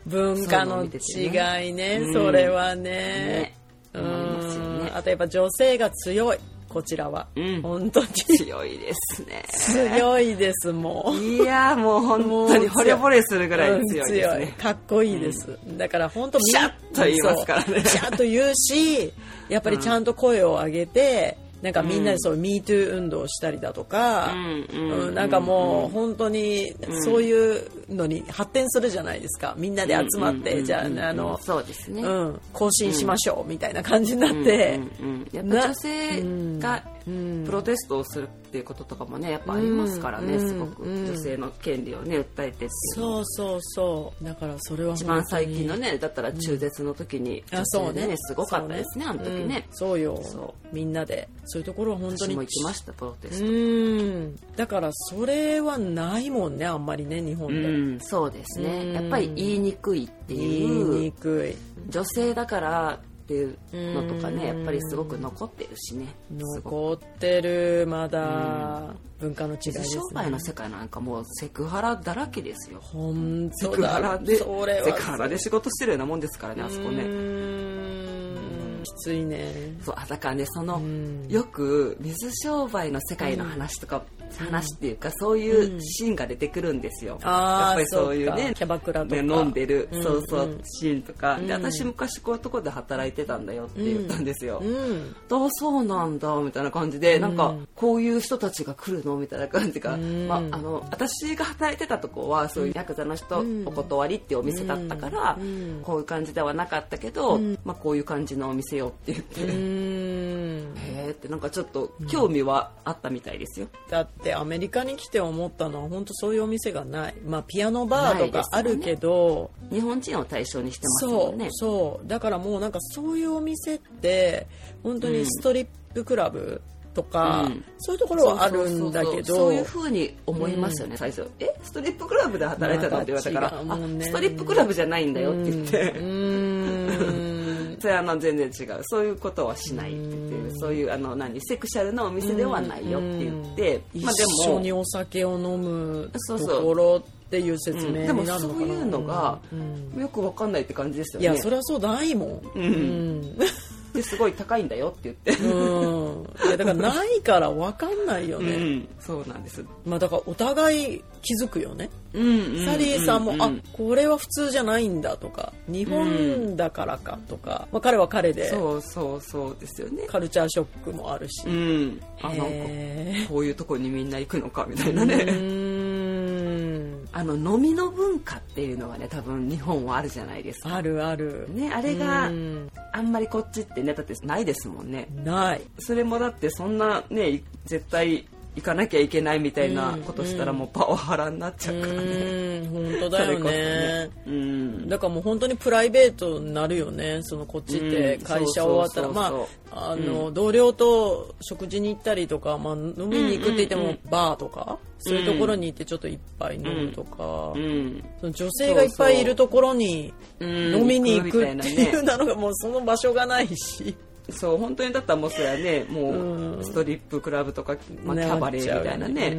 S2: 文化の違いね
S1: うん
S2: それはね
S1: ね
S2: うん
S1: 思いますよね
S2: あとやっぱ女性が強いこちらは、
S1: うん
S2: 本当に
S1: 強いですね
S2: 強いですもう
S1: いやーもう本当に惚れ惚れするぐらい強いです
S2: うん
S1: ね、
S2: かっこいいです、だから本当みん
S1: シャッと言いますからね
S2: そうシャッと言うしやっぱりちゃんと声を上げてなんかみんなでそう「MeToo」運動をしたりだとか、
S1: うんうん
S2: うんなんかもう本当にそういうのに発展するじゃないですかみんなで集まって、
S1: うん
S2: じゃああの、
S1: そうですね、
S2: うん、更新しましょうみたいな感じになって、
S1: うんうんうんやっぱ女性がプロテストをするっていうこととかもねやっぱありますからね、
S2: うん
S1: すごく
S2: うん
S1: 女性の権利をね訴えてっていう
S2: そうそうそうだからそれは
S1: 一
S2: 本当に
S1: 番最近のねだったら中絶の時に
S2: あ
S1: 女
S2: そう
S1: 性
S2: ね
S1: でねすごかったですねあの時ね
S2: うん、そうよ
S1: そ
S2: みんなでそういうところは本当
S1: 私
S2: に
S1: も行きましたプロテス
S2: う
S1: ト
S2: んだからそれはないもんねあんまりね日本
S1: う
S2: で、
S1: んそうです
S2: うん
S1: ねやっぱり言いにくいって
S2: 言い
S1: い
S2: に
S1: う
S2: くい
S1: 女性だからっていうのとかね
S2: うん
S1: やっぱりすごく残ってるしねすごく
S2: 残ってるまだ文化の違いです、ね
S1: 商、売の世界なんかもうセクハラだらけですよ
S2: 本
S1: セ
S2: 当
S1: ク
S2: だ
S1: ハラでセ
S2: それは
S1: クハラで仕事してるようなもんですからねあそこ
S2: う
S1: ね
S2: ーんきついね
S1: そうあだからねその、
S2: ん
S1: よく水商売の世界の話とか、話っていうかそういうシーンが出てくるんですよ、
S2: あー
S1: やっぱりそういう
S2: そう
S1: ね
S2: かキャバクラとか
S1: ね、飲んでる、
S2: うん
S1: そうそううシーンとか、で私昔こういうとこで働いてたんだよって言ったんですよ、
S2: うん
S1: あそうなんだみたいな感じで、なんかこういう人たちが来るのみたいな感じが、
S2: ん
S1: まあ、あの私が働いてたとこはそういうヤクザの人お断りっていうお店だったから、
S2: うん
S1: こういう感じではなかったけど、まあ、こういう感じのお店よって言って、
S2: うーん
S1: へえってなんかちょっと興味はあったみたいですよ、
S2: だってアメリカに来て思ったのは本当そういうお店がない、まあ、ピアノバーとかあるけど、
S1: 日本人を対象にしてます
S2: そ
S1: も
S2: うん
S1: ね
S2: そうだからもうなんかそういうお店って本当にストリップクラブとか、
S1: うん
S2: そういうところはあるんだけ
S1: そうそうそうそうい
S2: ど
S1: うふうに思いますよね、最初えストリップクラブで働いてたのって言われたから、
S2: また違うもんね
S1: あストリップクラブじゃないんだよって言って、
S2: うーん
S1: それはあの全然違うそういうことはしないって言ってるそういうあの何セクシャルなお店ではないよって言って、 まあ、
S2: 一緒に
S1: でも
S2: お酒を飲む
S1: そうそう
S2: ところっていう説
S1: うん
S2: 明
S1: で
S2: になるの
S1: も
S2: かな、
S1: そういうのがよくわかんないって感じですよ
S2: い
S1: ね
S2: やそれはそうないもん、うん
S1: ですごい高いんだよって言って、
S2: うん、いやだからないから分かんないよ
S1: う
S2: ね、
S1: んそうなんです、
S2: まあだからお互い気づくよね、
S1: うんうんうん
S2: サリーさんも、
S1: う
S2: あこれは普通じゃないんだとか日本だからかとか、まあ、彼は彼で
S1: そうそうそうですよね
S2: カルチャーショックもあるし、
S1: うんあなんか
S2: へ
S1: こういうとこにみんな行くのかみたいな
S2: ーう
S1: ね
S2: ーん
S1: あの飲みの文化っていうのはね多分日本はあるじゃないですか
S2: あるある、
S1: ねあれ
S2: う
S1: が
S2: ん
S1: あんまりこっちってねだってないですもんね
S2: ない
S1: それもだってそんなねい絶対行かなきゃいけないみたいなことしたらもうパワハラになっちゃうからね、
S2: うん本当だよね
S1: うん
S2: だからもう本当にプライベートになるよねそのこっちって
S1: うん
S2: 会社終わった
S1: そうそう
S2: ら
S1: そう
S2: まああの、同僚と食事に行ったりとか、まあ、飲みに行くって言っても、バーとかそういうところに行ってちょっと一杯飲むとか、
S1: うん
S2: その女性がいっぱいいるところに
S1: うん
S2: 飲みに行くっ
S1: 行く
S2: て
S1: みたい
S2: い
S1: なね
S2: うなのがもうその場所がないし。
S1: そう本当にだったらもうそれはねもうストリップクラブとか、 まあ、キャバレーみたいなね
S2: う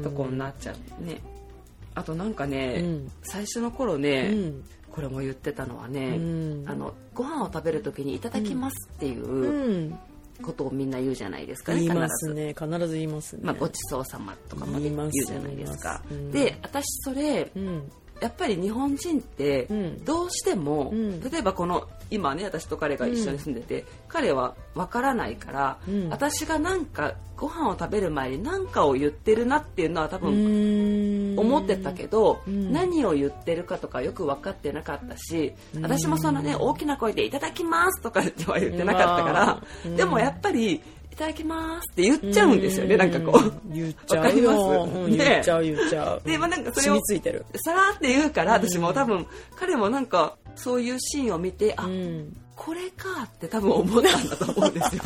S2: ん
S1: とこになっちゃうねあとなんかね、
S2: うん
S1: 最初の頃ね、
S2: うん
S1: これも言ってたのはね、
S2: うん
S1: あのご飯を食べる時に「いただきます」っていううんことをみんな言うじゃないですかね
S2: 言い
S1: 必
S2: ます
S1: ず
S2: ね必ず言いますね、
S1: まあ、ごちそうさまとかまで言うじゃないですか。
S2: 言います言いま
S1: で
S2: す
S1: 私それ
S2: うん
S1: やっぱり日本人って
S2: うん
S1: どうしても、
S2: うん
S1: 例えばこの今ね私と彼が一緒に住んでて、彼はわからないから、
S2: うん
S1: 私がなんかご飯を食べる前に何かを言ってるなっていうのは多分
S2: うん
S1: 思ってたけど、
S2: うん
S1: 何を言ってるかとかよく分かってなかったし、私もそのね大きな声で「いただきます」とかっては言ってなかったから、
S2: うん
S1: でもやっぱり「いただきます」って言っちゃうんですよね、なんかこう。
S2: 言っちゃう
S1: わ
S2: よ、
S1: かります
S2: う
S1: ね
S2: ん言っちゃう言っちゃう
S1: でまあなんかそれを
S2: 染みついてる
S1: さらって言うから私も多分彼もなんかそういうシーンを見てあ
S2: うん
S1: これかって多分思ったんだと思うんですよ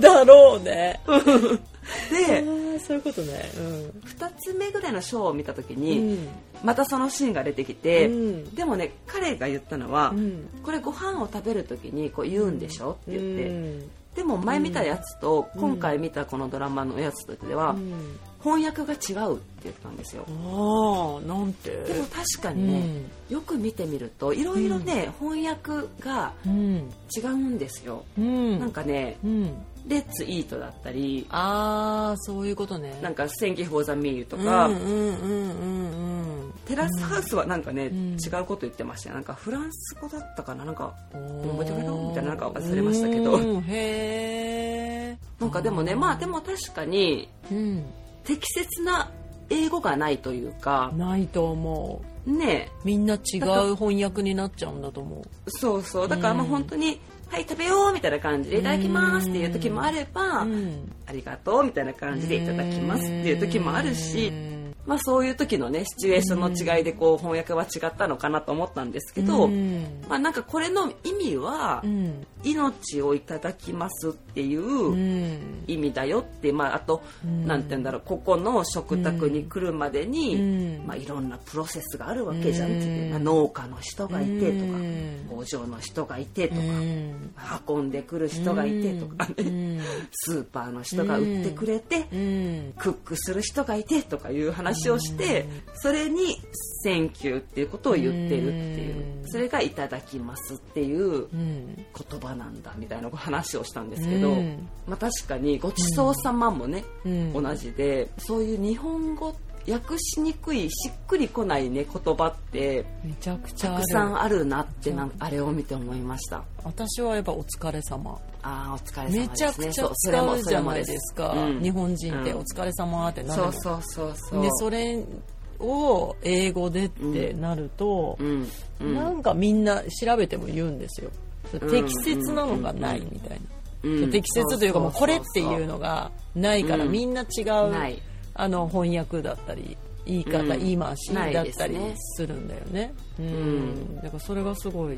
S2: だろうね。あ
S1: で
S2: ーそういうことね。うん
S1: 2つ目ぐらいのショーを見た時
S2: う
S1: に、
S2: ん。
S1: またそのシーンが出てきて、
S2: うん
S1: でもね彼が言ったのは、
S2: うん
S1: これご飯を食べる時にこう言うんでしょって言って、
S2: うん
S1: でも前見たやつと今回見たこのドラマのやつとでは
S2: うん
S1: 翻訳が違うって言ったんですよ。
S2: ああ、なんて。
S1: でも確かにね、よく見てみるといろいろね、翻訳が
S2: うん。
S1: 違うんですよ。
S2: うん。
S1: なんかね
S2: うん。
S1: 「レッツ・イート」だったり
S2: ああ、そういうことね。
S1: なんか「Thank you for the meal」とか、
S2: うんうんうんうん
S1: テラスハウスはなんかね、
S2: ん
S1: 違うこと言ってましたよなんかフランス語だったかななんか
S2: うん。
S1: 覚えてくれるみたいななんか忘れましたけど
S2: うんへえ。
S1: なんかでもねまあでも確かに
S2: うん。
S1: 適切な英語がないというか
S2: ないと思う。
S1: ね
S2: みんな違う翻訳になっちゃうんだと思う。
S1: そうそうだからまあ
S2: うん
S1: 本当に「はい食べよう」みたいな感じで「いただきます」っていう時もあれば
S2: うん
S1: 「ありがとう」みたいな感じで「いただきます」っていう時もあるし
S2: うん
S1: まあそういう時のねシチュエーションの違いでこう翻訳は違ったのかなと思ったんですけど
S2: うん
S1: まあなんかこれの意味は
S2: うん
S1: 「命をいただきます」っていううん意味だよってまああと
S2: うん
S1: なんて言うんだろうここの食卓に来るまでに
S2: うん
S1: まあいろんなプロセスがあるわけじゃんって言って
S2: うん
S1: まあ農家の人がいてとか
S2: うん
S1: 工場の人がいてとか
S2: うん
S1: 運んでくる人がいてとか
S2: う
S1: ね
S2: ん
S1: スーパーの人が売ってくれて
S2: うん
S1: クックする人がいてとかいう話をしてそれに「センキュー」っていうことを言ってるっていううんそれが「いただきます」っていう
S2: うん
S1: 言葉なんだみたいな話をしたんですけど、
S2: うん
S1: まあ、確かにごちそうさまもね、
S2: うん
S1: 同じでそういう日本語訳しにくいしっくりこないね言葉って
S2: めちゃくちゃ
S1: た
S2: ある
S1: くさんあるなってなんかあれを見て思いました
S2: 私はやっぱお疲れ様
S1: あーお疲れ様です、ね、
S2: めちゃくち
S1: そ
S2: ゃ
S1: うそれ
S2: 使
S1: も
S2: う
S1: そ
S2: じ
S1: れ
S2: ゃ
S1: も
S2: ない
S1: で
S2: です
S1: す
S2: か
S1: うん
S2: 日本人って
S1: うん
S2: お疲れ様ってなる
S1: そ
S2: も
S1: うんそうそうそう
S2: でそれを英語でってなると
S1: うんうん
S2: なんかみんな調べても言うんですよ
S1: ん
S2: 適切なのがないみたいな
S1: うん
S2: 適切というかもうこれっていう
S1: そ
S2: のがないから
S1: うん
S2: みんな違
S1: な
S2: う
S1: い
S2: あの翻訳だったり言い方、
S1: うん
S2: 言い回し
S1: ない
S2: だっ
S1: です
S2: たり
S1: ね
S2: するんだよねうん、
S1: ん
S2: だからそれがすごい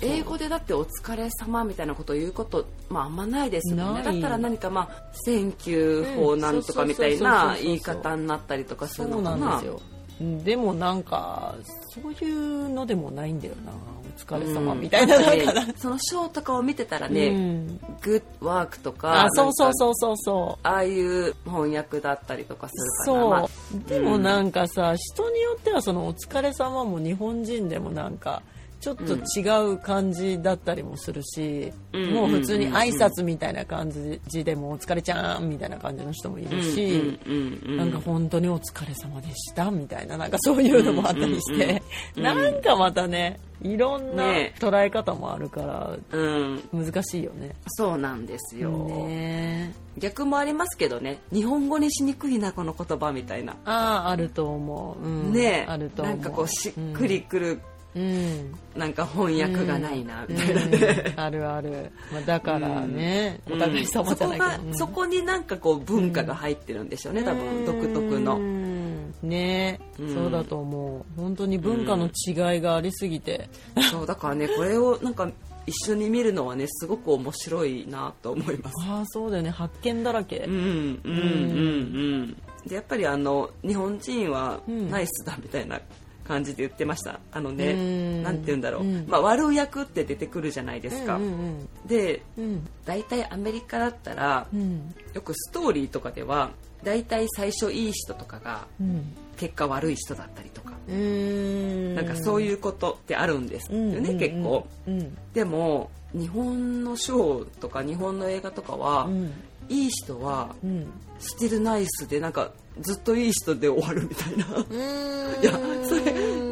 S1: 英語でだって「お疲れ様みたいなことを言うこと、まあ、あんまないですもんね
S2: な
S1: だ
S2: い
S1: ったら何かまあ「Thank you
S2: う
S1: for
S2: ん
S1: なんとか」みたいな言い方になったりとかす
S2: そ
S1: る
S2: う
S1: のか
S2: なんで
S1: な
S2: すようんでもなんかそういうのでもないんだよなお疲れ様
S1: うん
S2: みたいな,、なんか
S1: あとねそのショーとかを見てたら
S2: う
S1: ね
S2: ん
S1: 「グッワーク」とか
S2: あそうそう
S1: う
S2: そうそうそう
S1: ああいう翻訳だったりとかするから
S2: そう、
S1: まあ
S2: でもなんかさ人によってはその「お疲れ様も日本人でもなんかちょっと違う感じだったりもするし、
S1: うん
S2: もう普通に挨拶みたいな感じでも「お疲れちゃん」みたいな感じの人もいるし、
S1: うんうんうんうん
S2: なんか本当にお疲れ様でしたみたいななんかそういうのもあったりして、
S1: うんうんうん
S2: なんかまたねいろんな
S1: ね
S2: 捉え方もあるから
S1: うん
S2: 難しいよね。
S1: そうなんですよ、
S2: ね
S1: 逆もありますけどね日本語にしにくいなこの言葉みたいな、
S2: あああると思う、うん
S1: ね
S2: あると思
S1: な
S2: うん
S1: かこうしっくりくる、
S2: うん
S1: なんか翻訳がないな、みたいなね、
S2: うんあるある、まあ、だからね、お互い様じゃないけど、
S1: そこ
S2: うん
S1: がそこになんかこう文化が入ってるんでしょうね、多分独特
S2: う
S1: の
S2: んね
S1: うん
S2: そうだと思う本当に文化の違いがありすぎて、
S1: そうだからねこれをなんか一緒に見るのはねすごく面白いなと思います
S2: ああそうだよね発見だらけ、
S1: うんうんうんうんでやっぱりあの日本人は
S2: うん
S1: ナイスだみたいな感じで言ってましたあの
S2: う
S1: ね
S2: ん
S1: なんて言うんだろう、
S2: うん
S1: まあ、悪役って出てくるじゃないですか、
S2: うんうん
S1: で
S2: うん
S1: 大体アメリカだったら
S2: うん
S1: よくストーリーとかでは大体最初いい人とかが
S2: うん
S1: 結果悪い人だったりとか、
S2: うん
S1: なんかそう
S2: う
S1: いうことってあるんですよね、
S2: んうん
S1: 結構
S2: うん
S1: でも日本のショーとか日本の映画とかは、
S2: うん
S1: いい人は
S2: うん
S1: 「スティルナイス」でなんかずっといい人で終わるみたいな「
S2: うん
S1: いやそれ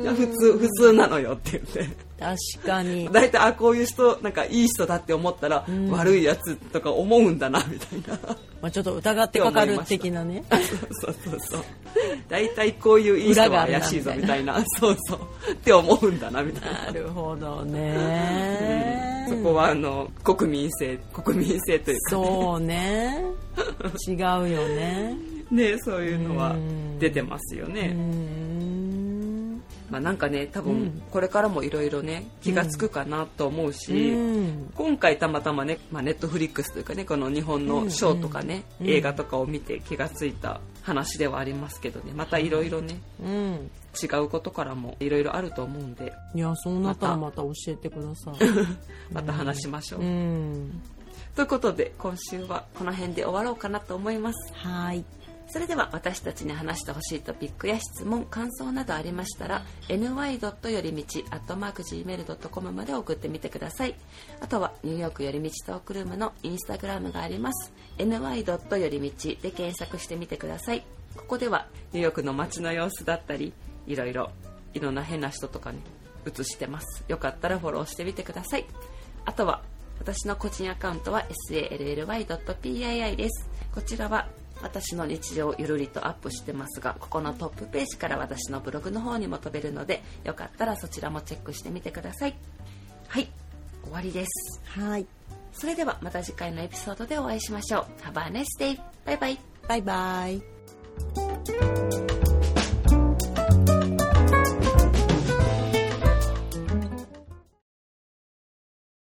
S1: いや普通普通なのよ」って言って
S2: 確かに
S1: 大体あこういう人なんかいい人だって思ったら、
S2: ん
S1: 悪いやつとか思うんだなみたいな
S2: まあちょっと疑ってかかる的なね
S1: そうそうそう大体こういういい人は怪しいぞみたいなそうそうって思うんだなみたいな
S2: なるほどね、
S1: そこはあの国民性国民性というか
S2: そう ね違うよね
S1: ねそういうのは
S2: うん
S1: 出てますよ
S2: うー
S1: ね
S2: ん
S1: まあ、なんかね多
S2: う
S1: 分
S2: ん
S1: これからもいろいろね気がつくかなと思うし、
S2: うん
S1: 今回たまたまね、まあ、ネットフリックスというかねこの日本のショーとかね、
S2: うんうん
S1: 映画とかを見て気がついた話ではありますけどねまたいろいろね
S2: うん
S1: 違うことからもいろいろあると思うんで
S2: いやそうなったらまた教えてください、
S1: また話しましょう。
S2: うん、
S1: ということで今週はこの辺で終わろうかなと思います。
S2: はい
S1: それでは私たちに話してほしいトピックや質問感想などありましたら ny. よりみち .gmail.com まで送ってみてくださいあとはニューヨークよりみちトークルームのインスタグラムがあります ny. よりみちで検索してみてくださいここではニューヨークの街の様子だったりいろいろいろんな変な人とかに映してますよかったらフォローしてみてくださいあとは私の個人アカウントは sally.pii ですこちらは私の日常をゆるりとアップしてますがここのトップページから私のブログの方にも飛べるのでよかったらそちらもチェックしてみてくださいはい終わりです
S2: はい
S1: それではまた次回のエピソードでお会いしましょう Have a nice day! バイバイ
S2: バイバイ